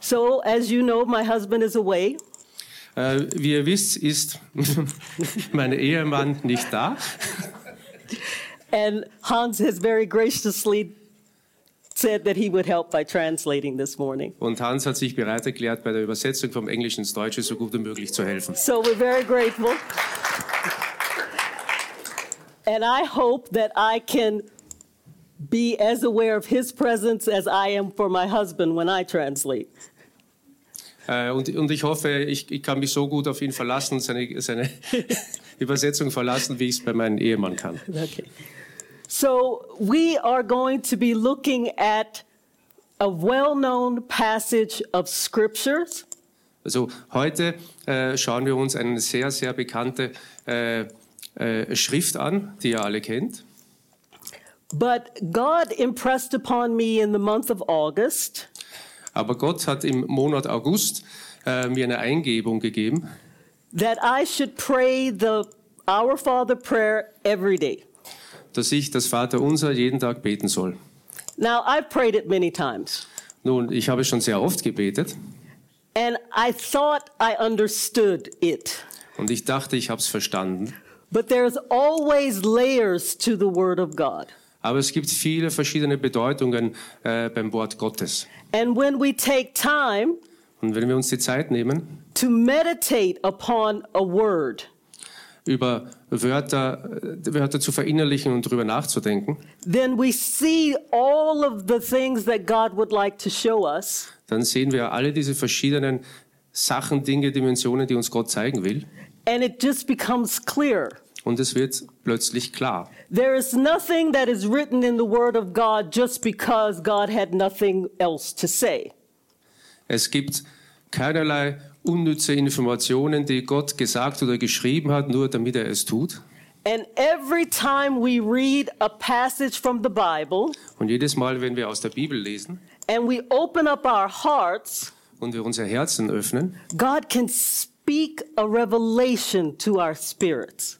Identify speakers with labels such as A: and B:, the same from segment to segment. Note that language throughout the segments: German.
A: So, as you know, my husband is away.
B: Äh, wie ihr wisst, ist mein Ehemann nicht da.
A: And Hans has very graciously said that he would help by translating this morning.
B: Und Hans hat sich bereit erklärt, bei der Übersetzung vom Englischen ins Deutsche so gut wie möglich zu helfen.
A: So we're very grateful. And I hope that I can be as aware of his presence as I am for my husband when I translate.
B: Äh, und, und ich hoffe, ich, ich kann mich so gut auf ihn verlassen, seine, seine Übersetzung verlassen, wie ich es bei meinem Ehemann kann.
A: Okay. So we are going to be looking at a well-known passage of scriptures
B: Also heute äh, schauen wir uns eine sehr, sehr bekannte äh, äh, Schrift an, die ihr alle kennt.
A: But God impressed upon me in the month of August
B: Aber Gott hat im Monat August äh, mir eine Eingebung gegeben,
A: that I should pray the Our Father prayer every day.
B: dass ich das Vaterunser jeden Tag beten soll.
A: Now, I've prayed it many times,
B: Nun, ich habe schon sehr oft gebetet
A: and I thought I understood it.
B: und ich dachte, ich habe es verstanden.
A: But there's always layers to the Word of God.
B: Aber es gibt viele verschiedene Bedeutungen äh, beim Wort Gottes.
A: And when we take time
B: Und wenn wir uns die Zeit nehmen,
A: to meditate upon a word,
B: über Wörter, äh, Wörter zu verinnerlichen und drüber nachzudenken,
A: then we see all of the things that God would like to show us.
B: dann sehen wir alle diese verschiedenen Sachen, Dinge, Dimensionen, die uns Gott zeigen will.
A: and it just becomes clear.
B: Und es wird plötzlich klar.
A: There is nothing that is written in the Word of God just because God had nothing else to say.
B: Es gibt keinerlei unnütze Informationen, die Gott gesagt oder geschrieben hat, nur damit er es tut.
A: And every time we read a passage from the Bible
B: Und jedes Mal, wenn wir aus der Bibel lesen
A: and we open up our hearts,
B: und wir unser Herzen öffnen,
A: God can speak a revelation to our spirits.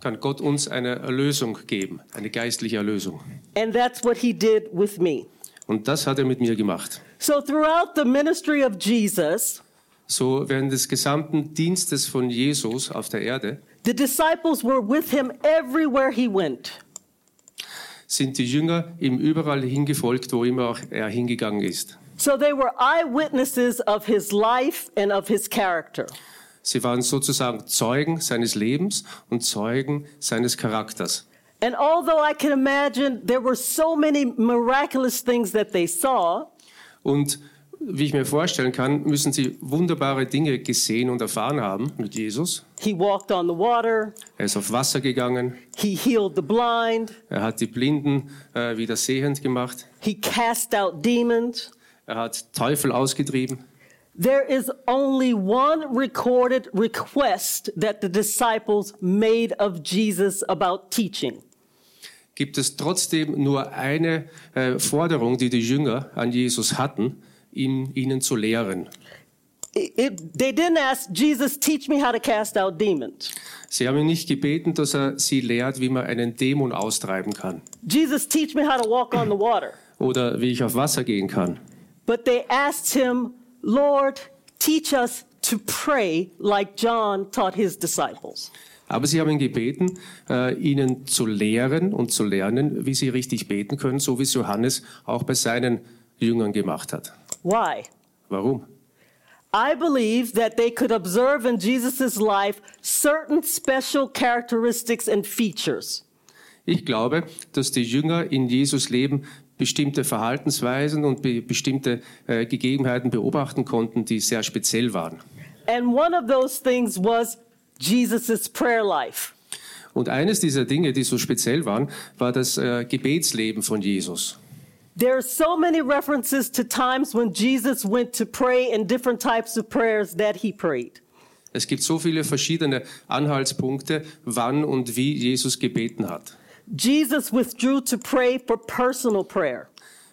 B: kann Gott uns eine Erlösung geben, eine geistliche Erlösung.
A: And that's what He did with me.
B: Und das hat er mit mir gemacht.
A: So throughout the ministry of Jesus,
B: So während des gesamten Dienstes von Jesus auf der Erde
A: the disciples were with Him everywhere He went.
B: sind die Jünger ihm überall hingefolgt, wo immer auch er hingegangen ist.
A: So they were eyewitnesses of his life and of his character.
B: Sie waren sozusagen Zeugen seines Lebens und Zeugen seines Charakters.
A: And although I can imagine there were so many miraculous things that they saw,
B: Und wie ich mir vorstellen kann, müssen sie wunderbare Dinge gesehen und erfahren haben mit Jesus.
A: he walked on the water,
B: Er ist auf Wasser gegangen,
A: he healed the blind,
B: er hat die Blinden äh, wieder sehend gemacht,
A: he cast out demons.
B: er hat Teufel ausgetrieben.
A: There is only one recorded request that the disciples made of Jesus about teaching.
B: Gibt es trotzdem nur eine äh, Forderung, die die Jünger an Jesus hatten, ihn, ihnen zu lehren.
A: It- it- they didn't ask Jesus, teach me how to cast out demons.
B: Sie haben ihn nicht gebeten, dass er sie lehrt, wie man einen Dämon austreiben kann
A: Jesus, teach me how to walk on the water.
B: oder wie ich auf Wasser gehen kann.
A: But they asked him, Lord, teach us to pray like John taught his disciples.
B: Aber sie haben ihn gebeten, äh, ihnen zu lehren und zu lernen, wie sie richtig beten können, so wie es Johannes auch bei seinen Jüngern gemacht hat.
A: Why?
B: Warum?
A: I believe that they could observe in Jesus' life certain special characteristics and features
B: Ich glaube, dass die Jünger in Jesus Leben bestimmte Verhaltensweisen und be bestimmte äh, Gegebenheiten beobachten konnten, die sehr speziell waren.
A: And one of those things was Jesus' prayer life.
B: Und eines dieser Dinge, die so speziell waren, war das äh, Gebetsleben von Jesus.
A: There are so many references to times when Jesus went to pray and different types of prayers that he prayed.
B: Es gibt so viele verschiedene Anhaltspunkte, wann und wie Jesus gebeten hat.
A: Jesus withdrew to pray for personal prayer.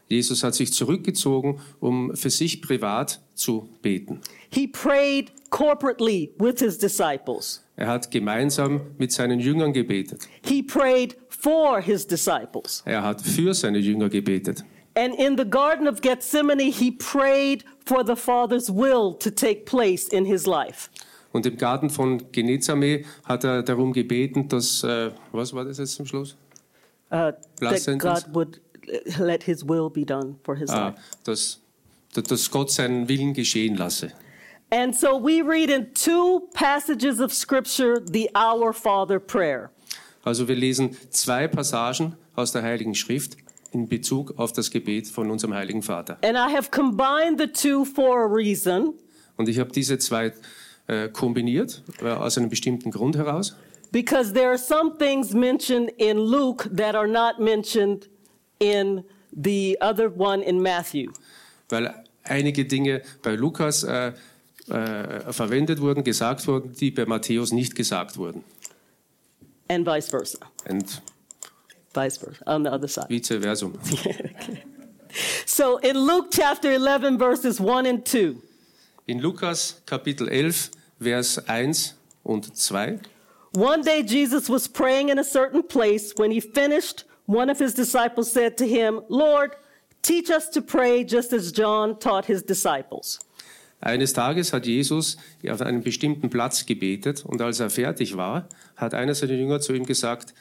B: Jesus hat sich zurückgezogen, um für sich privat zu beten.
A: He prayed corporately with his disciples.
B: Er hat gemeinsam mit seinen Jüngern gebetet.
A: He prayed for his disciples.
B: Er hat für seine Jünger gebetet.
A: And in the Garden of Gethsemane, he prayed for the Father's will to take place in his life.
B: Und im Garten von Genezareth hat er darum gebeten, dass, äh, was war das jetzt zum Schluss?
A: Uh,
B: Last
A: that
B: sentence.
A: God would uh, let his will be done for his
B: Ah,
A: life.
B: dass, dass Gott seinen Willen geschehen lasse.
A: And so we read in two passages of Scripture the Our Father prayer.
B: Also wir lesen zwei Passagen aus der Heiligen Schrift in Bezug auf das Gebet von unserem Heiligen Vater.
A: And I have combined the two for a reason
B: Und ich habe diese zwei äh, kombiniert, äh, aus einem bestimmten Grund heraus,
A: because there are some things mentioned in Luke that are not mentioned in the other one in Matthew.
B: weil einige Dinge bei Lukas äh, äh, verwendet wurden, gesagt wurden, die bei Matthäus nicht gesagt wurden.
A: and vice versa,
B: Und
A: vice versa, on the other side.
B: vice versa.
A: So in Luke chapter 11, verses 1 and 2,
B: In Lukas Kapitel 11, Vers 1 und 2.
A: one day Jesus was praying in a certain place. When he finished, one of his disciples said to him, Lord, teach us to pray just as John taught his disciples.
B: Eines Tages hat Jesus auf einem bestimmten Platz gebetet und als er fertig war, hat einer seiner Jünger zu ihm gesagt,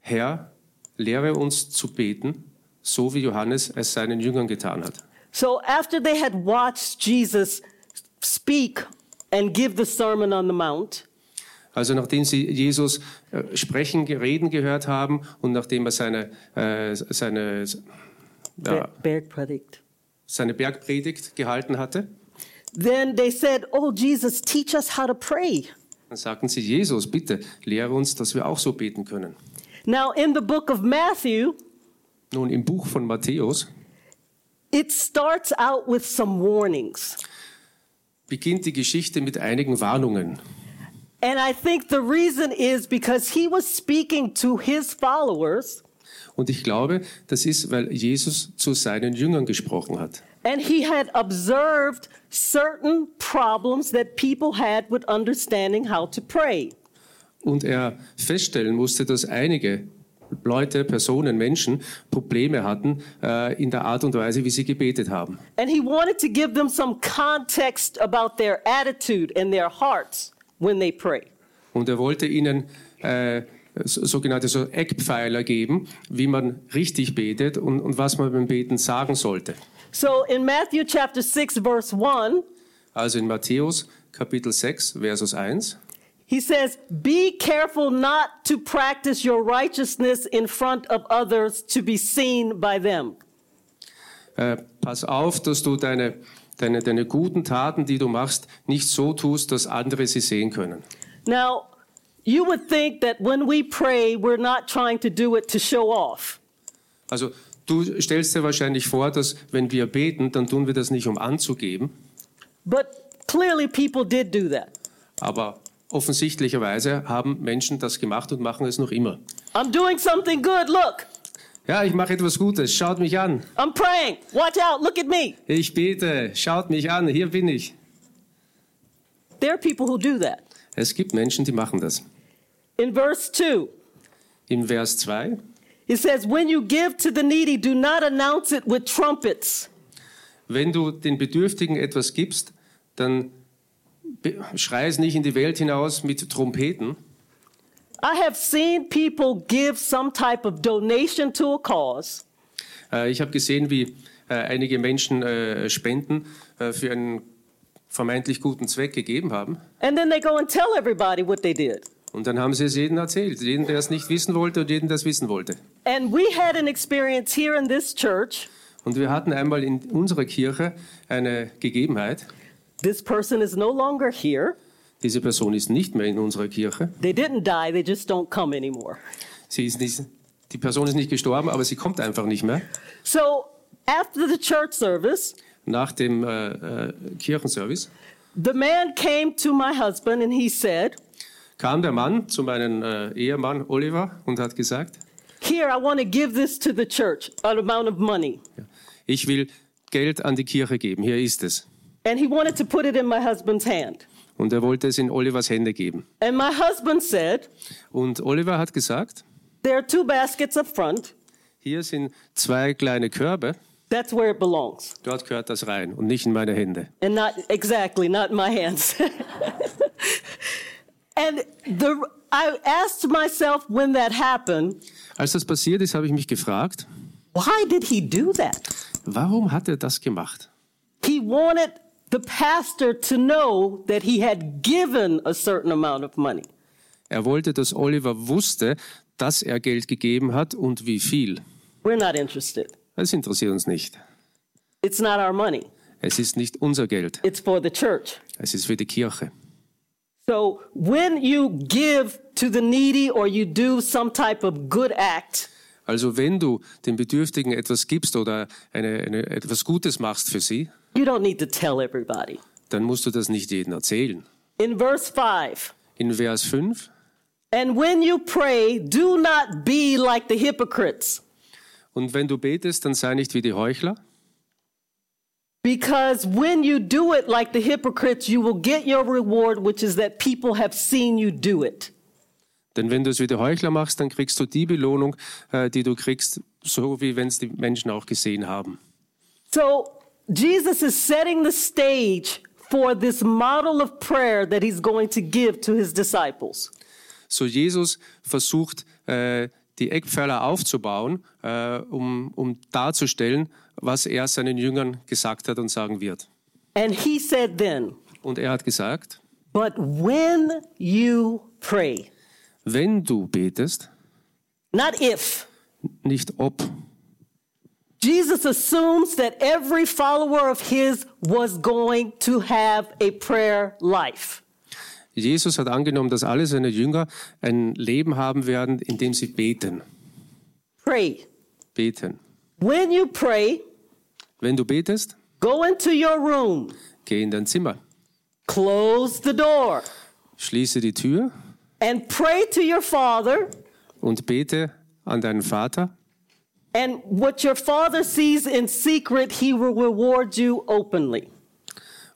B: Herr, lehre uns zu beten, so wie Johannes es seinen Jüngern getan hat.
A: So after they had watched Jesus speak and give the Sermon on the Mount,
B: Also nachdem sie Jesus äh, sprechen, ge- reden gehört haben und nachdem er seine, äh, seine, ja,
A: Ber- Bergpredigt.
B: seine Bergpredigt gehalten hatte,
A: then they said, Oh, Jesus, teach us how to pray.
B: dann sagten sie, Jesus, bitte, lehre uns, dass wir auch so beten können.
A: Now, in the book of Matthew,
B: Nun, im Buch von Matthäus
A: It starts out with some warnings.
B: beginnt die Geschichte mit einigen Warnungen.
A: And I think the reason is because he was speaking to his followers
B: Und ich glaube, das ist, weil Jesus zu seinen Jüngern gesprochen hat.
A: and he had observed certain problems that people had with understanding how to pray.
B: Und er feststellen musste, dass einige Leute, Personen, Menschen Probleme hatten äh, in der Art und Weise, wie sie gebetet haben.
A: And he wanted to give them some context about their attitude and their hearts when they pray.
B: Und er wollte ihnen äh, so- sogenannte so Eckpfeiler geben, wie man richtig betet und, und was man beim Beten sagen sollte.
A: So in Matthew chapter 6 verse 1,
B: Also in Matthäus Kapitel 6, Versus 1.
A: He says, Be careful not to practice your righteousness in front of others to be seen by them.
B: äh, pass auf, dass du deine, deine, deine guten Taten, die du machst, nicht so tust, dass andere sie sehen können.
A: Now, you would think that when we pray, we're not trying to do it to show off.
B: Also du stellst dir wahrscheinlich vor, dass wenn wir beten, dann tun wir das nicht, um anzugeben,
A: But clearly, people did do that.
B: aber offensichtlicherweise haben Menschen das gemacht und machen es noch immer.
A: I'm doing something good. Look,
B: Ja, ich mache etwas Gutes, schaut mich an.
A: I'm praying. Watch out. Look at me.
B: Ich bete, schaut mich an, hier bin ich.
A: There are people who do that.
B: Es gibt Menschen, die machen das.
A: In verse 2,
B: Im Vers 2,
A: it says, When you give to the needy, do not announce it with trumpets.
B: wenn du den Bedürftigen etwas gibst, dann be- schrei es nicht in die Welt hinaus mit Trompeten,
A: I have seen people give some type of donation to a cause,
B: Äh, Ich habe gesehen, wie äh, einige Menschen äh, Spenden äh, für einen vermeintlich guten Zweck gegeben haben.
A: and then they go and tell everybody what they did.
B: Und dann haben sie es jedem erzählt, jeden, der es nicht wissen wollte und jeden, der es wissen wollte.
A: And we had an experience here in this church.
B: Und wir hatten einmal in unserer Kirche eine Gegebenheit.
A: This person is no longer here.
B: Diese Person ist nicht mehr in unserer Kirche.
A: They didn't die, they just don't come anymore.
B: Sie ist nicht, die Person ist nicht gestorben, aber sie kommt einfach nicht mehr.
A: So after the church service,
B: Nach dem äh, äh, Kirchenservice
A: the man came to my husband and he said,
B: kam der Mann zu meinem äh, Ehemann Oliver und hat gesagt,
A: Here, I want to give this to the church, an amount of money.
B: ich will Geld an die Kirche geben, hier ist es.
A: And he wanted to put it in my husband's hand.
B: Und er wollte es in Olivers Hände geben.
A: And my husband said,
B: Und Oliver hat gesagt,
A: There are two baskets up front.
B: Hier sind zwei kleine Körbe.
A: That's where it belongs.
B: Dort gehört das rein und nicht in meine Hände.
A: And not exactly, not in my hands. and the I asked myself when that happened,
B: Als das passiert ist, habe ich mich gefragt,
A: why did he do that?
B: warum hat er das gemacht?
A: He wanted the pastor to know that he had given a certain amount of money.
B: Er wollte, dass Oliver wusste, dass er Geld gegeben hat und wie viel.
A: We're not interested.
B: Das interessiert uns nicht.
A: It's not our money.
B: Es ist nicht unser Geld,
A: It's for the church.
B: es ist für die Kirche.
A: So when you give to the needy or you do some type of good act,
B: Also wenn du den Bedürftigen etwas gibst oder eine, eine, etwas Gutes machst für sie,
A: you don't need to tell everybody.
B: dann musst du das nicht jedem erzählen.
A: In verse 5,
B: In Vers 5,
A: and when you pray, do not be like the hypocrites,
B: und wenn du betest, dann sei nicht wie die Heuchler,
A: because when you do it like the hypocrites, you will get your reward, which is that people have seen you do it.
B: denn wenn du es wie die Heuchler machst, dann kriegst du die Belohnung, äh, die du kriegst, so wie wenn es die Menschen auch gesehen haben.
A: So Jesus is setting the stage for this model of prayer that he's going to give to his disciples.
B: So Jesus versucht, äh, die Eckpfeiler aufzubauen, äh, um, um darzustellen, was er seinen Jüngern gesagt hat und sagen wird.
A: And he said then,
B: Und er hat gesagt,
A: But when you pray,
B: wenn du betest,
A: not if,
B: nicht ob.
A: Jesus assumes that every follower of his was going to have a prayer life.
B: Jesus hat angenommen, dass alle seine Jünger ein Leben haben werden, in dem sie beten.
A: Pray.
B: Beten.
A: When you pray,
B: Wenn du betest,
A: go into your room,
B: geh in dein Zimmer,
A: close the door,
B: schließe die Tür
A: and pray to your Father.
B: und bete an deinen Vater.
A: And what your Father sees in secret, he will reward you openly.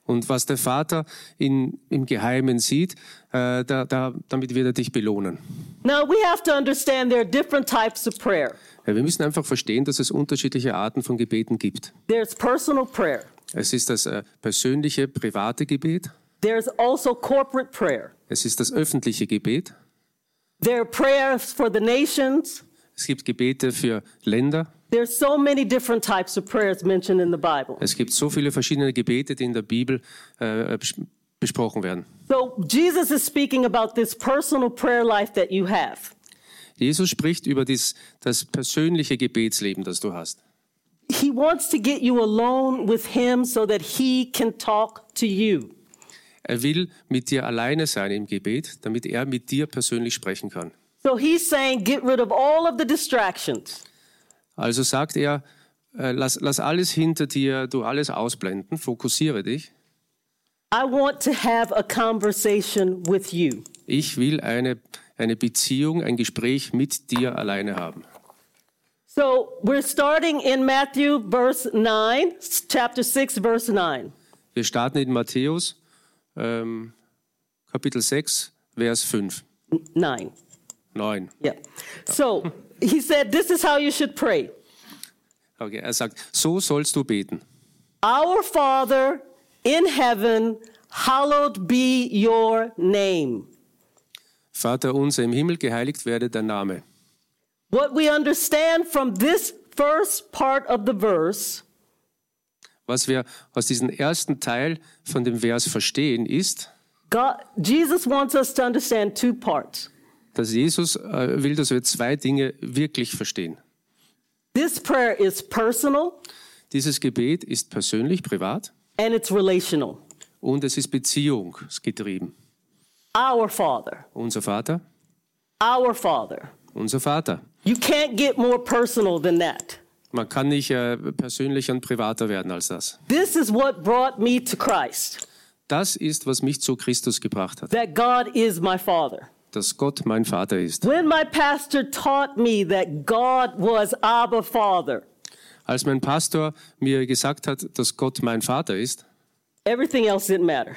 B: Und was der Vater in, im Geheimen sieht, äh, da, da, damit wird er dich belohnen.
A: Now, we have to understand there are different types of prayer
B: Ja, Äh, wir müssen einfach verstehen, dass es unterschiedliche Arten von Gebeten gibt.
A: there's personal prayer,
B: Es ist das äh, persönliche, private Gebet.
A: there's also corporate prayer.
B: Es ist das öffentliche Gebet.
A: There are prayers for the nations.
B: Es gibt Gebete für Länder.
A: There's so many different types of prayers mentioned in the Bible.
B: Es gibt so viele verschiedene Gebete, die in der Bibel äh, bes- besprochen werden.
A: So Jesus is speaking about this personal prayer life that you have.
B: Jesus spricht über dies, das persönliche Gebetsleben, das du hast.
A: He wants to get you alone with him so that he can talk to you.
B: Er will mit dir alleine sein im Gebet, damit er mit dir persönlich sprechen kann.
A: So he's saying, get rid of all of the distractions.
B: Also sagt er, äh, lass, lass alles hinter dir, du alles ausblenden, fokussiere dich.
A: I want to have a conversation with you.
B: Ich will eine, eine Beziehung, ein Gespräch mit dir alleine haben.
A: So we're starting in Matthew, verse 9, chapter 6, verse 9.
B: Wir starten in Matthäus, ähm, Kapitel 6, Vers 5,
A: 9.
B: 9.
A: Yeah. So he said, This is how you should pray.
B: Okay, er sagt, so sollst du beten.
A: Our Father in heaven, hallowed be your name.
B: Vater unser im Himmel, geheiligt werde dein Name.
A: What we understand from this first part of the verse
B: Was wir aus diesem ersten Teil von dem Vers verstehen, ist,
A: God, Jesus wants us to understand two parts.
B: dass Jesus äh, will, dass wir zwei Dinge wirklich verstehen.
A: This prayer is personal
B: Dieses Gebet ist persönlich, privat
A: and it's relational.
B: und es ist beziehungsgetrieben.
A: Our Father,
B: Unser Vater,
A: our Father.
B: unser Vater.
A: You can't get more personal than that.
B: Man kann nicht äh, persönlicher und privater werden als das.
A: This is what brought me to Christ
B: Das ist, was mich zu Christus gebracht hat,
A: that God is my Father.
B: dass Gott mein Vater ist.
A: When my pastor taught me that God was Abba Father,
B: Als mein Pastor mir gesagt hat, dass Gott mein Vater ist,
A: everything else didn't matter.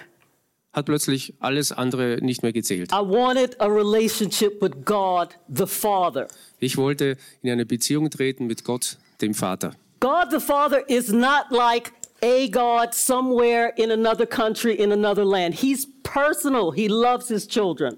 B: hat plötzlich alles andere nicht mehr gezählt.
A: I wanted a relationship with God the Father.
B: Ich wollte in eine Beziehung treten mit Gott, dem Vater.
A: God the Father is not like a God somewhere in another country, in another land. He's personal, He loves His children.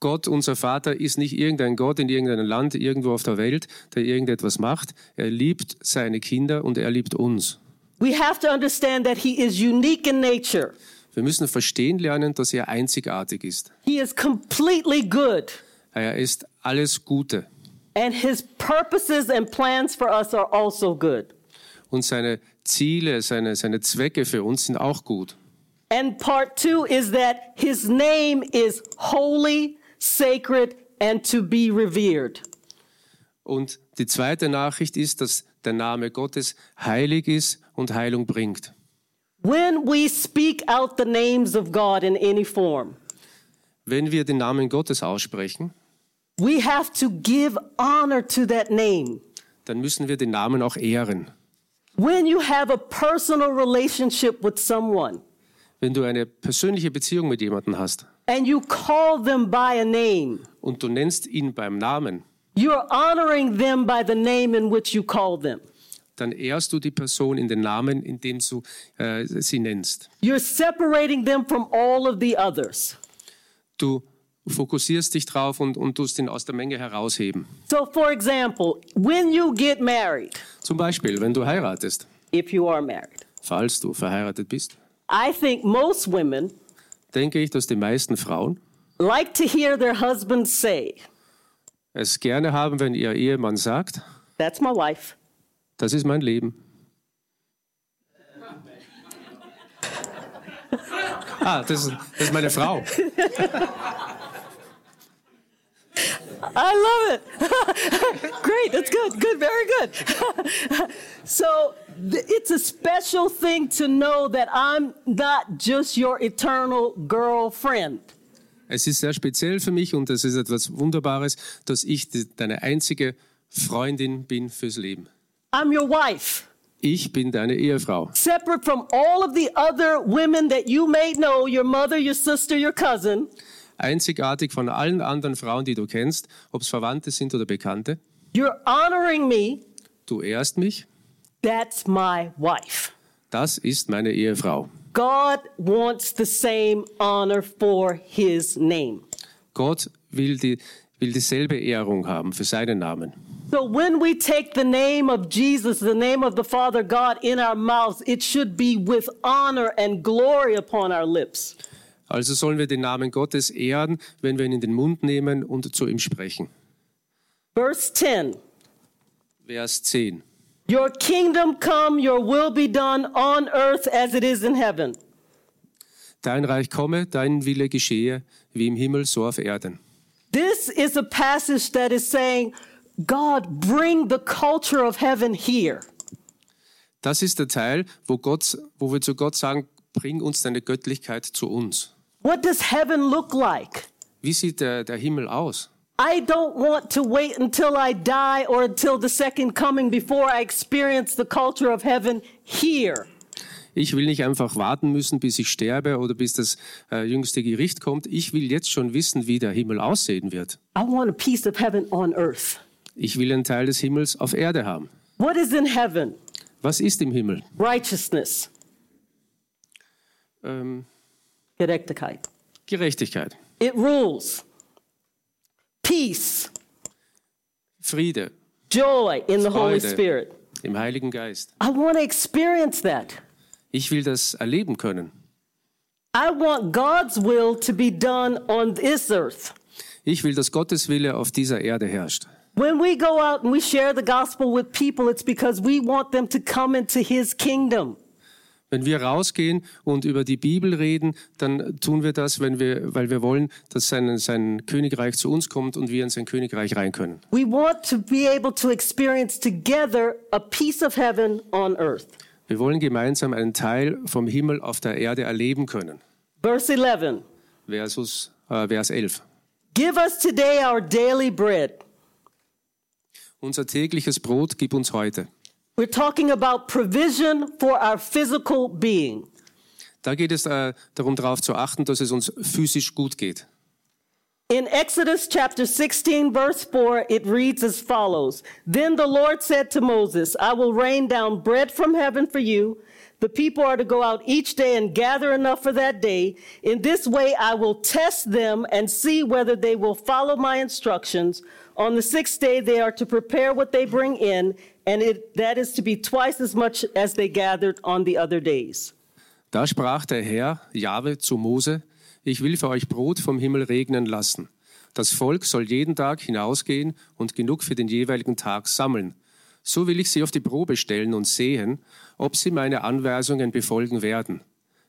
B: Gott, unser Vater, ist nicht irgendein Gott in irgendeinem Land, irgendwo auf der Welt, der irgendetwas macht. Er liebt seine Kinder und er liebt uns.
A: We have to understand that He is unique in nature,
B: Wir müssen verstehen lernen, dass er einzigartig ist.
A: He is completely good,
B: Er ist alles Gute
A: and His purposes and plans for us are also good.
B: und seine Ziele, seine, seine Zwecke für uns sind auch gut.
A: And part two is that His name is holy, sacred, and to be revered.
B: Und die zweite Nachricht ist, dass der Name Gottes heilig ist und Heilung bringt.
A: When we speak out the names of God in any form,
B: Wenn wir den Namen Gottes aussprechen,
A: we have to give honor to that name.
B: dann müssen wir den Namen auch ehren.
A: When you have a personal relationship with someone
B: Wenn du eine persönliche Beziehung mit jemandem hast
A: and you call them by a name,
B: und du nennst ihn beim Namen,
A: you're honoring them by the name in which you call them.
B: dann ehrst du die Person in den Namen, in dem du äh, sie nennst.
A: You're separating them from all of the others.
B: Du fokussierst dich drauf und, und tust ihn aus der Menge herausheben.
A: So, for example, when you get married,
B: Zum Beispiel, wenn du heiratest,
A: if you are married,
B: falls du verheiratet bist,
A: I think most women
B: denke ich, dass die meisten Frauen
A: like to hear their husbands say,
B: es gerne haben, wenn ihr Ehemann sagt,
A: That's my wife.
B: das ist mein Leben. Ah, das, ist- das ist meine Frau.
A: I love it. Great, that's good, good, very good. so th- it's a special thing to know that I'm not just your eternal girlfriend.
B: Es ist sehr speziell für mich und es ist etwas Wunderbares, dass ich die, deine einzige Freundin bin fürs Leben.
A: I'm your wife,
B: Ich bin deine Ehefrau.
A: separate from all of the other women that you may know your mother, your sister, your cousin.
B: Einzigartig von allen anderen Frauen, die du kennst, ob es Verwandte sind oder Bekannte.
A: You're honoring me.
B: Du ehrst mich,
A: That's my wife.
B: das ist meine Ehefrau.
A: God wants the same honor for his name.
B: Gott will, die, will dieselbe Ehrung haben für seinen Namen.
A: So when we take the name of Jesus, the name of the Father God in our mouths, it should be with honor and glory upon our lips.
B: Also sollen wir den Namen Gottes ehren, wenn wir ihn in den Mund nehmen und zu ihm sprechen.
A: Verse 10
B: Vers 10.
A: Your kingdom come, your will be done on earth as it is in heaven.
B: Dein Reich komme, dein Wille geschehe, wie im Himmel, so auf Erden.
A: This is a passage that is saying, God, bring the culture of heaven here.
B: Das ist der Teil, wo, Gott, wo wir zu Gott sagen, bring uns deine Göttlichkeit zu uns.
A: What does heaven look like?
B: Wie sieht der, der Himmel aus?
A: I don't want to wait until I die or until the second coming before I experience the culture of heaven here.
B: Ich will nicht einfach warten müssen, bis ich sterbe oder bis das äh, jüngste Gericht kommt. Ich will jetzt schon wissen, wie der Himmel aussehen wird.
A: I want a piece of heaven on earth.
B: Ich will einen Teil des Himmels auf Erde haben.
A: What is in heaven?
B: Was ist im Himmel?
A: Righteousness.
B: Ähm,
A: Gerechtigkeit.
B: Gerechtigkeit,
A: It rules. Peace,
B: Friede
A: joy in the Holy
B: Freude.
A: Spirit.
B: im Heiligen Geist.
A: I want to experience that.
B: Ich will das erleben können.
A: I want God's will to be done on this earth.
B: Ich will, dass Gottes Wille auf dieser Erde herrscht.
A: When we go out and we share the gospel with people, it's because we want them to come into his kingdom.
B: Wenn wir rausgehen und über die Bibel reden, dann tun wir das, wenn wir, weil wir wollen, dass sein, sein Königreich zu uns kommt und wir in sein Königreich rein können.
A: We want to be able to experience together a piece of heaven on earth.
B: Wir wollen gemeinsam einen Teil vom Himmel auf der Erde erleben können.
A: Verse 11
B: Versus, äh, Vers 11.
A: Give us today our daily bread.
B: Unser tägliches Brot gib uns heute.
A: We're talking about provision for our physical being.
B: Da geht es äh, darum, darauf zu achten, dass es uns physisch gut geht.
A: In Exodus chapter 16, verse 4, it reads as follows Then the Lord said to Moses, I will rain down bread from heaven for you. The people are to go out each day and gather enough for that day. In this way, I will test them and see whether they will follow my instructions. On the sixth day, they are to prepare what they bring in, and it, that is to be twice as much as they gathered on the other days.
B: Da sprach der Herr, Jahwe, zu Mose, ich will für euch Brot vom Himmel regnen lassen. Das Volk soll jeden Tag hinausgehen und genug für den jeweiligen Tag sammeln. So will ich sie auf die Probe stellen und sehen, ob sie meine Anweisungen befolgen werden.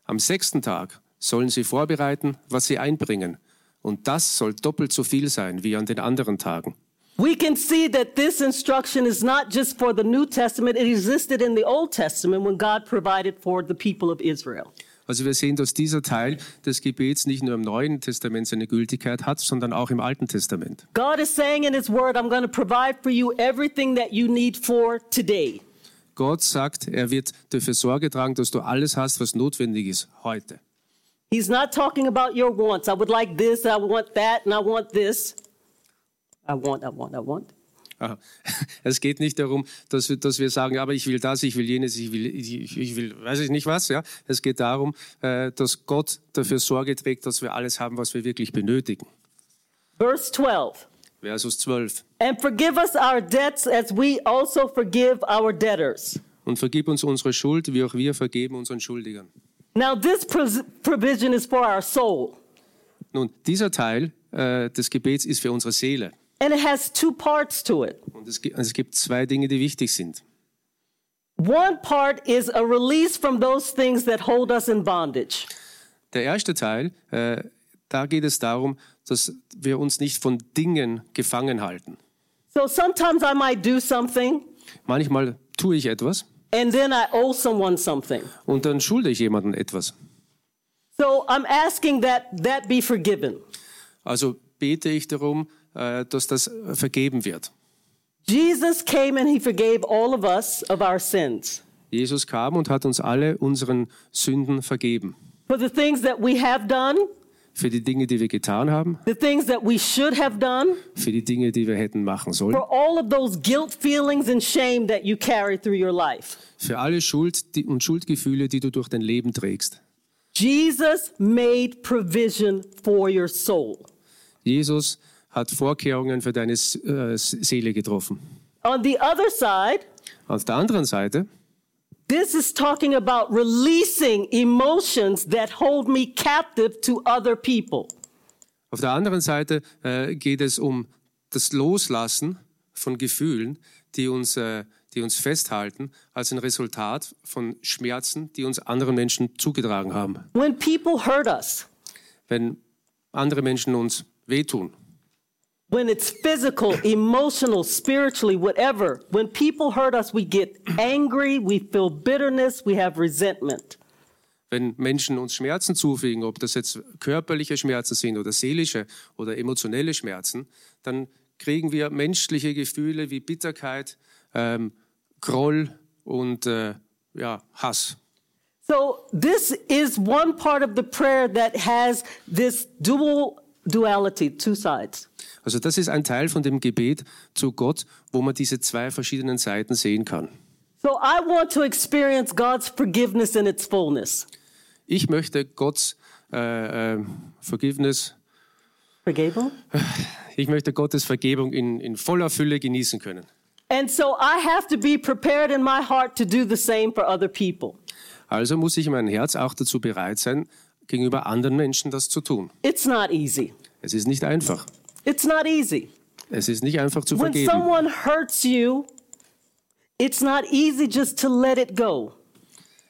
B: Am sechsten Tag sollen sie vorbereiten, was sie einbringen. Und das soll doppelt so viel sein wie an den anderen Tagen.
A: We can see that this instruction is not just for the New Testament, it existed in the Old Testament when God provided for the people of Israel.
B: Also wir sehen, dass dieser Teil des Gebets nicht nur im Neuen Testament seine Gültigkeit hat, sondern auch im Alten Testament.
A: God is saying in His Word, I'm going to provide for you everything that you need for today.
B: Gott sagt, er wird dafür Sorge tragen, dass du alles hast, was notwendig ist heute.
A: He's not talking about your wants. I would like this, I want that, and I want this. I want, I want, I want.
B: Aha. Es geht nicht darum, dass wir, dass wir sagen, aber ich will das, ich will jenes, ich will, ich, ich will, weiß ich nicht was. Ja, es geht darum, äh, dass Gott dafür Sorge trägt, dass wir alles haben, was wir wirklich benötigen.
A: Verse 12.
B: Versus 12.
A: And forgive us our debts as we also forgive our debtors.
B: Und vergib uns unsere Schuld, wie auch wir vergeben unseren Schuldigern.
A: Now, this pros- provision is for our soul,
B: Nun, dieser Teil äh, des Gebets ist für unsere Seele.
A: and it has two parts to it.
B: Und es gibt, es gibt zwei Dinge, die wichtig sind.
A: One part is a release from those things that hold us in bondage.
B: Der erste Teil, äh, da geht es darum, dass wir uns nicht von Dingen gefangen halten.
A: So sometimes I might do something,
B: Manchmal tue ich etwas
A: and then I owe someone something.
B: und dann schulde ich jemandem etwas.
A: So I'm asking that that be forgiven.
B: Also bete ich darum, äh, dass das äh, vergeben wird.
A: Jesus came and he forgave all of us of our sins.
B: Jesus kam und hat uns alle unseren Sünden vergeben.
A: For the things that we have done,
B: Für die Dinge, die wir getan haben,
A: the things that we should have done,
B: für die Dinge, die wir hätten machen sollen,
A: for all of those guilt feelings and shame that you carry through your life.
B: für alle Schuld die- und Schuldgefühle, die du durch dein Leben trägst.
A: Jesus made provision for your soul.
B: Jesus hat Vorkehrungen für deine S- äh, S- Seele getroffen.
A: On the other side,
B: Auf der anderen Seite,
A: this is talking about releasing emotions that hold me captive to other people.
B: auf der anderen Seite äh, geht es um das Loslassen von Gefühlen, die uns, äh, die uns festhalten, als ein Resultat von Schmerzen, die uns andere Menschen zugetragen haben.
A: When people hurt us,
B: Wenn andere Menschen uns wehtun,
A: when it's physical, emotional, spiritually, whatever, when people hurt us, we get angry, we feel bitterness, we have resentment.
B: wenn Menschen uns Schmerzen zufügen, ob das jetzt körperliche Schmerzen sind oder seelische oder emotionelle Schmerzen, dann kriegen wir menschliche Gefühle wie Bitterkeit, ähm, Groll und äh, ja, Hass.
A: So, this is one part of the prayer that has this dual duality, two sides.
B: Also das ist ein Teil von dem Gebet zu Gott, wo man diese zwei verschiedenen Seiten sehen kann.
A: So, I want to experience God's forgiveness in its fullness.
B: Ich möchte Gottes äh, äh, Vergiftnis,
A: Forgave him?
B: ich möchte Gottes Vergebung in, in voller Fülle genießen können.
A: And so, I have to be prepared in my heart to do the same for other people.
B: Also muss ich in meinem Herz auch dazu bereit sein, gegenüber anderen Menschen das zu tun.
A: It's not easy.
B: Es ist nicht einfach.
A: It's not easy.
B: Es ist nicht einfach zu
A: When
B: vergeben.
A: someone hurts you, it's not easy just to let it go.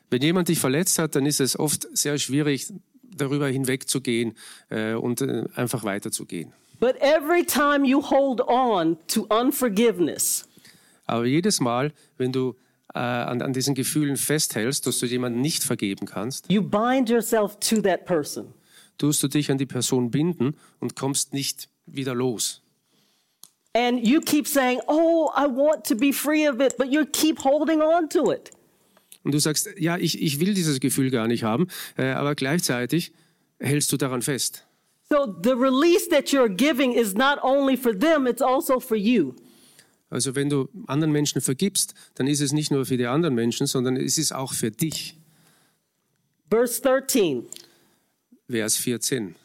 B: Wenn jemand dich verletzt hat, dann ist es oft sehr schwierig, darüber hinwegzugehen äh, und äh, einfach weiterzugehen.
A: But every time you hold on to unforgiveness,
B: Aber jedes Mal, wenn du äh, an, an diesen Gefühlen festhältst, dass du jemanden nicht vergeben kannst,
A: you bind yourself to that person.
B: tust du dich an die Person binden und kommst nicht wieder los.
A: And you keep saying, Oh, I want to be free of it, but you keep holding on to it.
B: Und du sagst, ja, ich, ich will dieses Gefühl gar nicht haben, äh, aber gleichzeitig hältst du daran fest.
A: So the release that you're giving is not only for them, it's also for you.
B: Also wenn du anderen Menschen vergibst, dann ist es nicht nur für die anderen Menschen, sondern es ist auch für dich.
A: Verse 13.
B: Vers 14.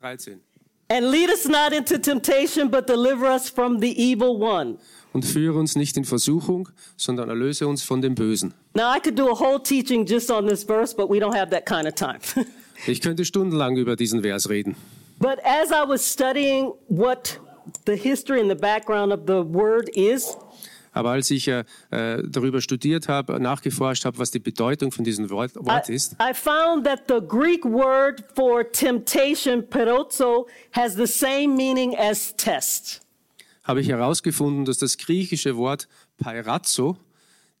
B: 13.
A: And lead us not into temptation, but deliver us from the evil one.
B: Und führe uns nicht in Versuchung, sondern erlöse uns von dem Bösen.
A: Now, I could do a whole teaching just on this verse, but we don't have that kind of time.
B: Ich könnte stundenlang über diesen Vers reden.
A: but as I was studying what the history and the background of the word is,
B: Aber als ich äh, äh, darüber studiert habe, nachgeforscht habe, was die Bedeutung von diesem Wort,
A: I,
B: Wort ist,
A: I found that the Greek word for temptation, perozo, has the same meaning as test.
B: habe ich herausgefunden, dass das griechische Wort Pairazzo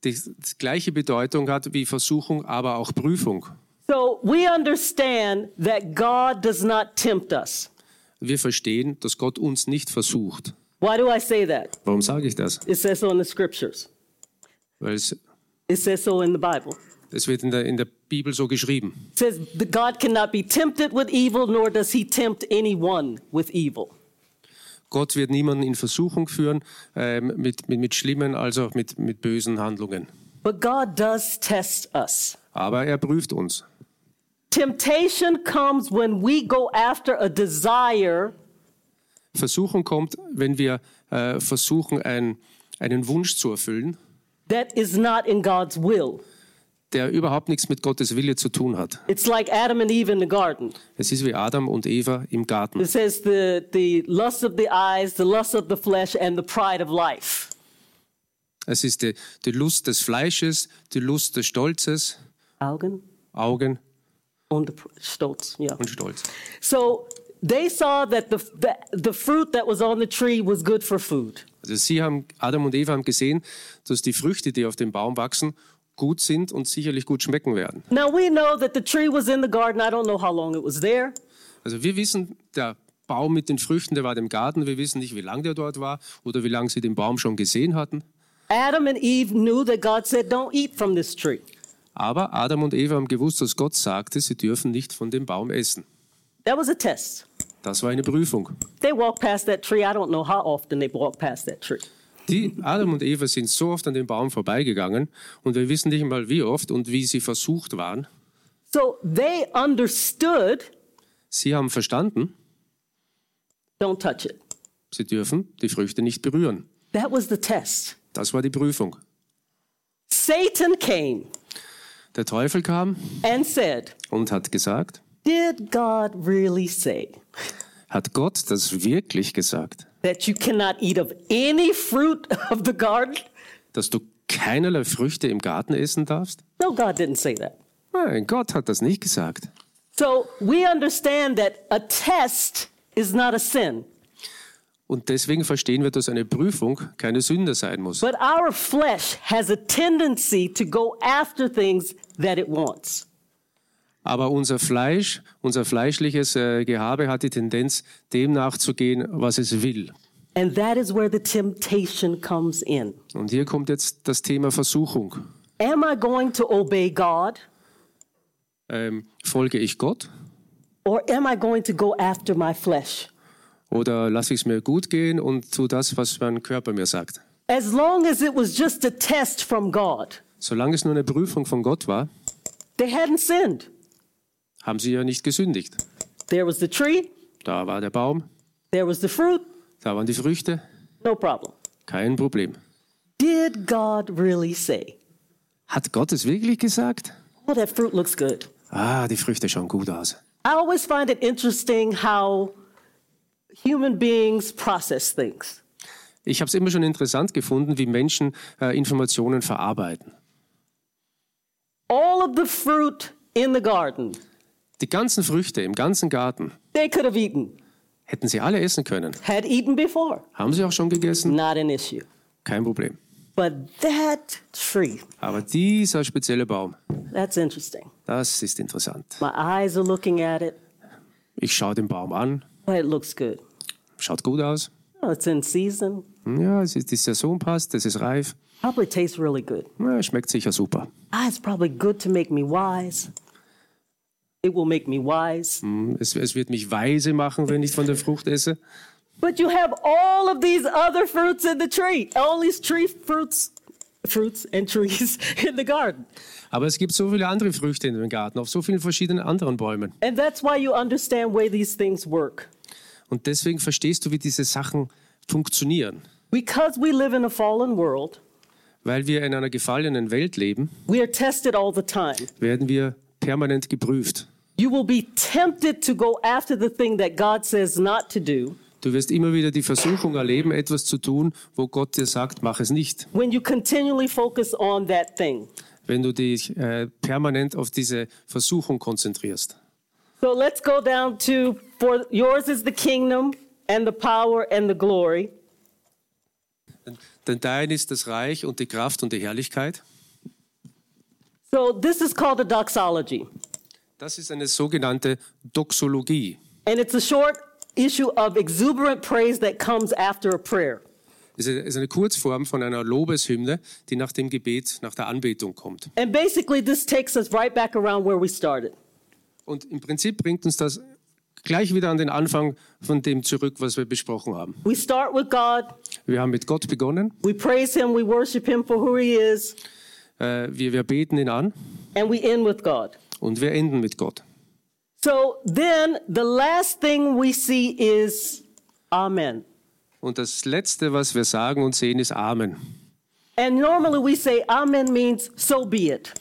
B: die, die gleiche Bedeutung hat wie Versuchung, aber auch Prüfung.
A: So we understand that God does not tempt us.
B: Wir verstehen, dass Gott uns nicht versucht.
A: Why do I say that?
B: Warum sage ich das?
A: It says so in the scriptures.
B: Weil es,
A: It says so in the Bible.
B: es wird in der, in der Bibel so geschrieben.
A: It says that God cannot be tempted with evil, nor does he tempt anyone with evil.
B: Gott wird niemanden in Versuchung führen ähm, mit, mit, mit schlimmen als auch mit, mit bösen Handlungen.
A: But God does test us.
B: Aber er prüft uns.
A: Temptation comes when we go after a desire
B: Versuchung kommt, wenn wir äh, versuchen, ein, einen Wunsch zu erfüllen,
A: that is not in God's will.
B: der überhaupt nichts mit Gottes Wille zu tun hat.
A: It's like Adam and Eve in the garden.
B: Es ist wie Adam und Eva im Garten.
A: It says the, the lust of the eyes, the lust of the flesh, and the pride of life.
B: Es ist die, die Lust des Fleisches, die Lust des Stolzes,
A: Augen
B: Augen
A: und Stolz, yeah.
B: und Stolz.
A: So they saw that the, the, the fruit that was on the tree was good for food.
B: Also sie haben, Adam und Eva haben gesehen, dass die Früchte, die auf dem Baum wachsen, gut sind und sicherlich gut schmecken werden.
A: Now we know that the tree was in the garden. I don't know how long it was there.
B: Also wir wissen, der Baum mit den Früchten, der war im Garten. Wir wissen nicht, wie lange der dort war oder wie lange sie den Baum schon gesehen hatten.
A: Adam and Eve knew that God said, Don't eat from this tree.
B: Aber Adam und Eva haben gewusst, dass Gott sagte, sie dürfen nicht von dem Baum essen.
A: That was a test.
B: Das war eine Prüfung.
A: They walked past that tree. I don't know how often they walked past that tree.
B: Die Adam und Eva sind so oft an dem Baum vorbeigegangen und wir wissen nicht mal wie oft und wie sie versucht waren.
A: So they understood,
B: Sie haben verstanden,
A: don't touch it.
B: sie dürfen die Früchte nicht berühren.
A: That was the test.
B: Das war die Prüfung.
A: Satan came
B: Der Teufel kam
A: and said,
B: und hat gesagt,
A: Did God really say
B: hat Gott das wirklich gesagt,
A: that you cannot eat of any fruit of the garden?
B: dass du keinerlei Früchte im Garten essen darfst?
A: No, God didn't say that.
B: Nein, Gott hat das nicht gesagt.
A: So we understand that a test is not a sin,
B: Und deswegen verstehen wir, dass eine Prüfung keine Sünde sein muss.
A: but our flesh has a tendency to go after things that it wants.
B: Aber unser Fleisch, unser fleischliches äh, Gehabe hat die Tendenz, dem nachzugehen, was es will.
A: And that is where the temptation comes in.
B: Und hier kommt jetzt das Thema Versuchung.
A: Am I going to obey God
B: Ähm, folge ich Gott
A: or am I going to go after my flesh?
B: oder lasse ich es mir gut gehen und tu das, was mein Körper mir sagt?
A: As long as it was just a test from God,
B: Solange es nur eine Prüfung von Gott war,
A: they hadn't sinned.
B: haben sie ja nicht gesündigt.
A: There was the tree,
B: Da war der Baum,
A: there was the fruit,
B: da waren die Früchte,
A: no problem.
B: kein Problem.
A: Did God really say,
B: Hat Gott es wirklich gesagt?
A: Oh, that fruit looks good?
B: Ah, die Früchte schauen gut aus.
A: I always find it interesting how human beings process things.
B: Ich habe es immer schon interessant gefunden, wie Menschen äh, Informationen verarbeiten.
A: All of the fruit in the garden
B: Die ganzen Früchte im ganzen Garten
A: they could have eaten,
B: hätten sie alle essen können.
A: had eaten before,
B: Haben sie auch schon gegessen?
A: not an issue.
B: Kein Problem.
A: But that tree,
B: Aber dieser spezielle Baum,
A: that's interesting.
B: das ist interessant.
A: My eyes are looking at it,
B: Ich schaue den Baum an,
A: but it looks good.
B: schaut gut aus,
A: Oh, it's in season.
B: Ja, es ist, die Saison passt, es ist reif.
A: Probably tastes really good.
B: Ja, schmeckt sicher super.
A: Ah, it's probably good to make me wise. It will make me wise.
B: Hm, Es, es wird mich weise machen, wenn ich von der Frucht esse.
A: But you have all of these other fruits in the tree, all these tree fruits, fruits and trees in the garden.
B: Aber es gibt so viele andere Früchte in dem Garten, auf so vielen verschiedenen anderen Bäumen.
A: And that's why you understand why these things work.
B: Und deswegen verstehst du, wie diese Sachen funktionieren.
A: Because we live in a fallen world,
B: Weil wir in einer gefallenen Welt leben,
A: we are tested all the time.
B: werden wir permanent geprüft.
A: You will be tempted to go after the thing that God says not to do.
B: Du wirst immer wieder die Versuchung erleben, etwas zu tun, wo Gott dir sagt, mach es nicht.
A: when you continually focus on that thing.
B: Wenn du dich äh, permanent auf diese Versuchung konzentrierst.
A: So let's go down to for yours is the kingdom and the power and the glory.
B: Denn dein ist das Reich und die Kraft und die Herrlichkeit.
A: So this is called a doxology
B: Das ist eine sogenannte Doxologie.
A: and it's a short issue of exuberant praise that comes after a prayer.
B: Es ist eine Kurzform von einer Lobeshymne, die nach dem Gebet, nach der Anbetung kommt.
A: And basically this takes us right back around where we started.
B: Und im Prinzip bringt uns das gleich wieder an den Anfang von dem zurück, was wir besprochen haben.
A: We start with God,
B: Wir haben mit Gott begonnen,
A: we praise him, we worship him for who he is,
B: äh, wir, wir beten ihn an
A: and we end with God.
B: und wir enden mit Gott.
A: So then the last thing we see is amen.
B: Und das Letzte, was wir sagen und sehen, ist Amen.
A: And normally we say amen means so be it.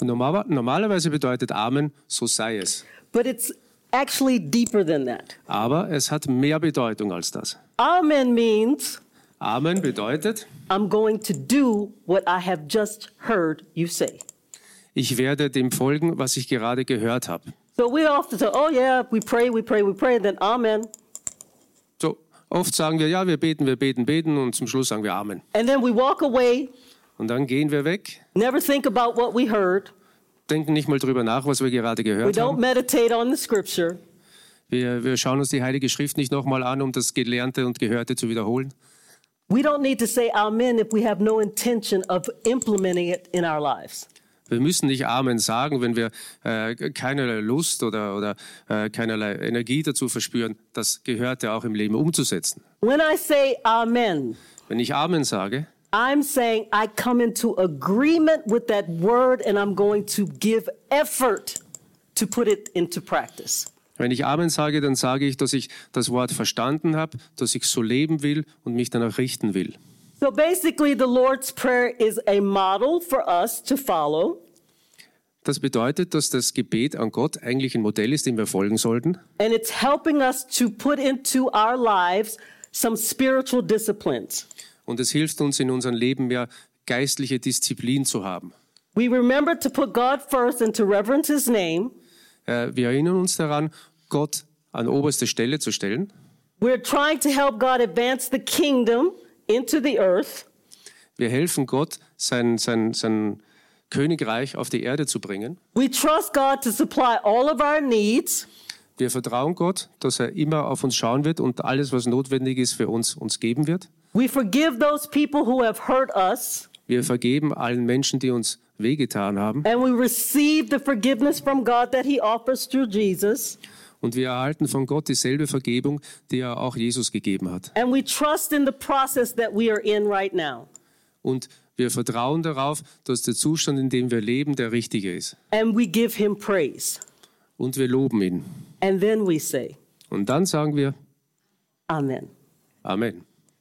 B: Und normal, normalerweise bedeutet Amen, so sei es.
A: But it's actually deeper than that.
B: Aber es hat mehr Bedeutung als das.
A: Amen means
B: Amen bedeutet,
A: I'm going to do what I have just heard you say.
B: ich werde dem folgen, was ich gerade gehört habe.
A: So we often say, oh yeah, we pray, we pray, we pray, and then amen.
B: So oft sagen wir, ja, wir beten, wir beten, beten und zum Schluss sagen wir Amen.
A: And then we walk away,
B: Und dann gehen wir weg,
A: never think about what we heard.
B: denken nicht mal drüber nach, was wir gerade
A: We
B: gehört
A: don't
B: haben.
A: meditate on the scripture.
B: Wir, wir schauen uns die Heilige Schrift nicht nochmal an, um das Gelernte und Gehörte zu wiederholen.
A: We don't need to say amen if we have no intention of implementing it in our lives.
B: Wir müssen nicht Amen sagen, wenn wir äh, keinerlei Lust oder, oder äh, keinerlei Energie dazu verspüren, das Gehörte auch im Leben umzusetzen.
A: When I say amen,
B: Wenn ich Amen sage,
A: I'm saying I come into agreement with that word and I'm going to give effort to put it into practice.
B: wenn ich Amen sage, dann sage ich, dass ich das Wort verstanden habe, dass ich so leben will und mich danach richten will.
A: So basically, the Lord's Prayer is a model for us to follow,
B: Das bedeutet, dass das Gebet an Gott eigentlich ein Modell ist, dem wir folgen sollten.
A: and it's helping us to put into our lives some spiritual disciplines.
B: Und es hilft uns in unserem Leben mehr geistliche Disziplin zu haben.
A: We remember to put God first and to reverence His name.
B: Äh, wir erinnern uns daran, Gott an oberste Stelle zu stellen.
A: We're trying to help God advance the kingdom into the earth.
B: Wir helfen Gott, sein, sein, sein Königreich auf die Erde zu bringen.
A: We trust God to supply all of our needs.
B: Wir vertrauen Gott, dass er immer auf uns schauen wird und alles, was notwendig ist für uns, uns geben wird.
A: We forgive those people who have hurt us,
B: Wir vergeben allen Menschen, die uns wehgetan haben.
A: and we receive the forgiveness from God that He offers through Jesus.
B: Und wir erhalten von Gott dieselbe Vergebung, die er auch Jesus gegeben hat.
A: And we trust in the process that we are in right now.
B: Und wir vertrauen darauf, dass der Zustand, in dem wir leben, der richtige ist.
A: And we give Him praise.
B: Und wir loben ihn.
A: And then we say,
B: Und dann sagen wir
A: Amen.
B: Amen.